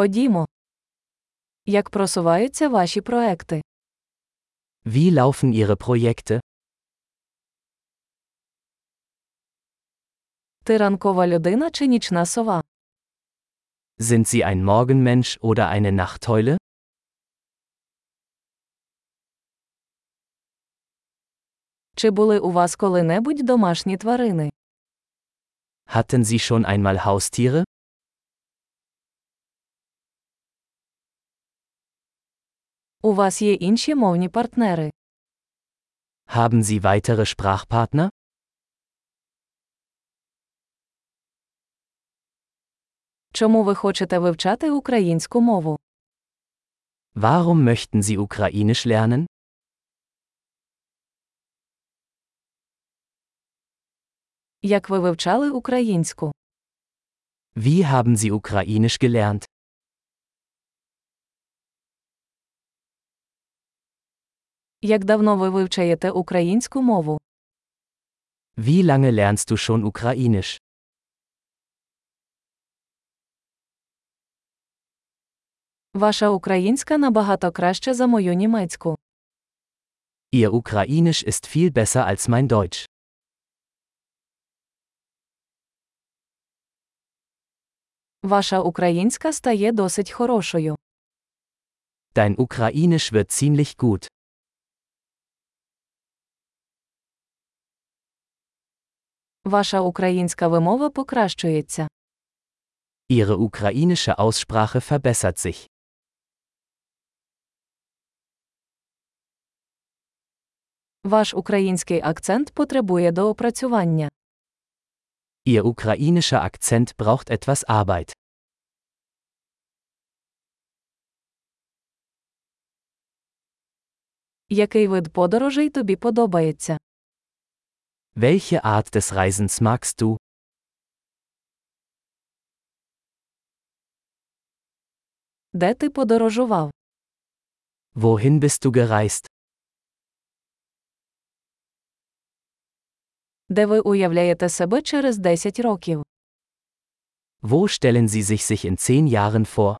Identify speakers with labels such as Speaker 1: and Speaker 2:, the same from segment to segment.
Speaker 1: Ходімо. Як просуваються ваші проекти?
Speaker 2: Wie laufen Ihre Projekte?
Speaker 1: Ти ранкова людина чи нічна сова?
Speaker 2: Sind Sie ein Morgenmensch oder eine Nachteule?
Speaker 1: Чи були у вас коли-небудь домашні тварини?
Speaker 2: Hatten Sie schon einmal Haustiere?
Speaker 1: У вас є інші мовні партнери?
Speaker 2: Haben Sie weitere Sprachpartner?
Speaker 1: Чому ви хочете вивчати українську мову?
Speaker 2: Warum möchten Sie Ukrainisch lernen?
Speaker 1: Як ви вивчали українську?
Speaker 2: Wie haben Sie Ukrainisch gelernt?
Speaker 1: Як давно ви вивчаєте українську мову?
Speaker 2: Wie lange lernst du schon Ukrainisch?
Speaker 1: Ваша українська набагато краще за мою німецьку.
Speaker 2: Ihr Ukrainisch ist viel besser als mein Deutsch.
Speaker 1: Ваша українська стає досить хорошою.
Speaker 2: Dein Ukrainisch wird ziemlich gut.
Speaker 1: Ваша українська вимова покращується.
Speaker 2: Ihre ukrainische Aussprache verbessert sich.
Speaker 1: Ваш український акцент потребує доопрацювання.
Speaker 2: Ihr ukrainischer Akzent braucht etwas Arbeit.
Speaker 1: Який вид подорожей тобі подобається?
Speaker 2: Welche Art des Reisens magst du?
Speaker 1: Де ти подорожував?
Speaker 2: Wohin bist du gereist?
Speaker 1: Де ви уявляєте себе через 10 років?
Speaker 2: Wo stellen Sie sich sich in zehn Jahren vor?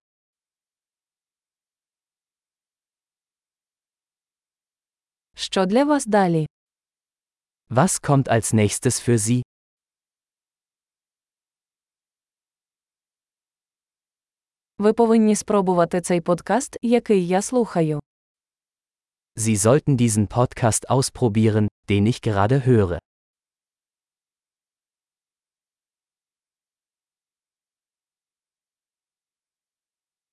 Speaker 1: Що для вас далі?
Speaker 2: Was kommt als nächstes für Sie?
Speaker 1: Ви повинні спробувати цей подкаст, який я слухаю.
Speaker 2: Sie sollten diesen Podcast ausprobieren, den ich gerade höre.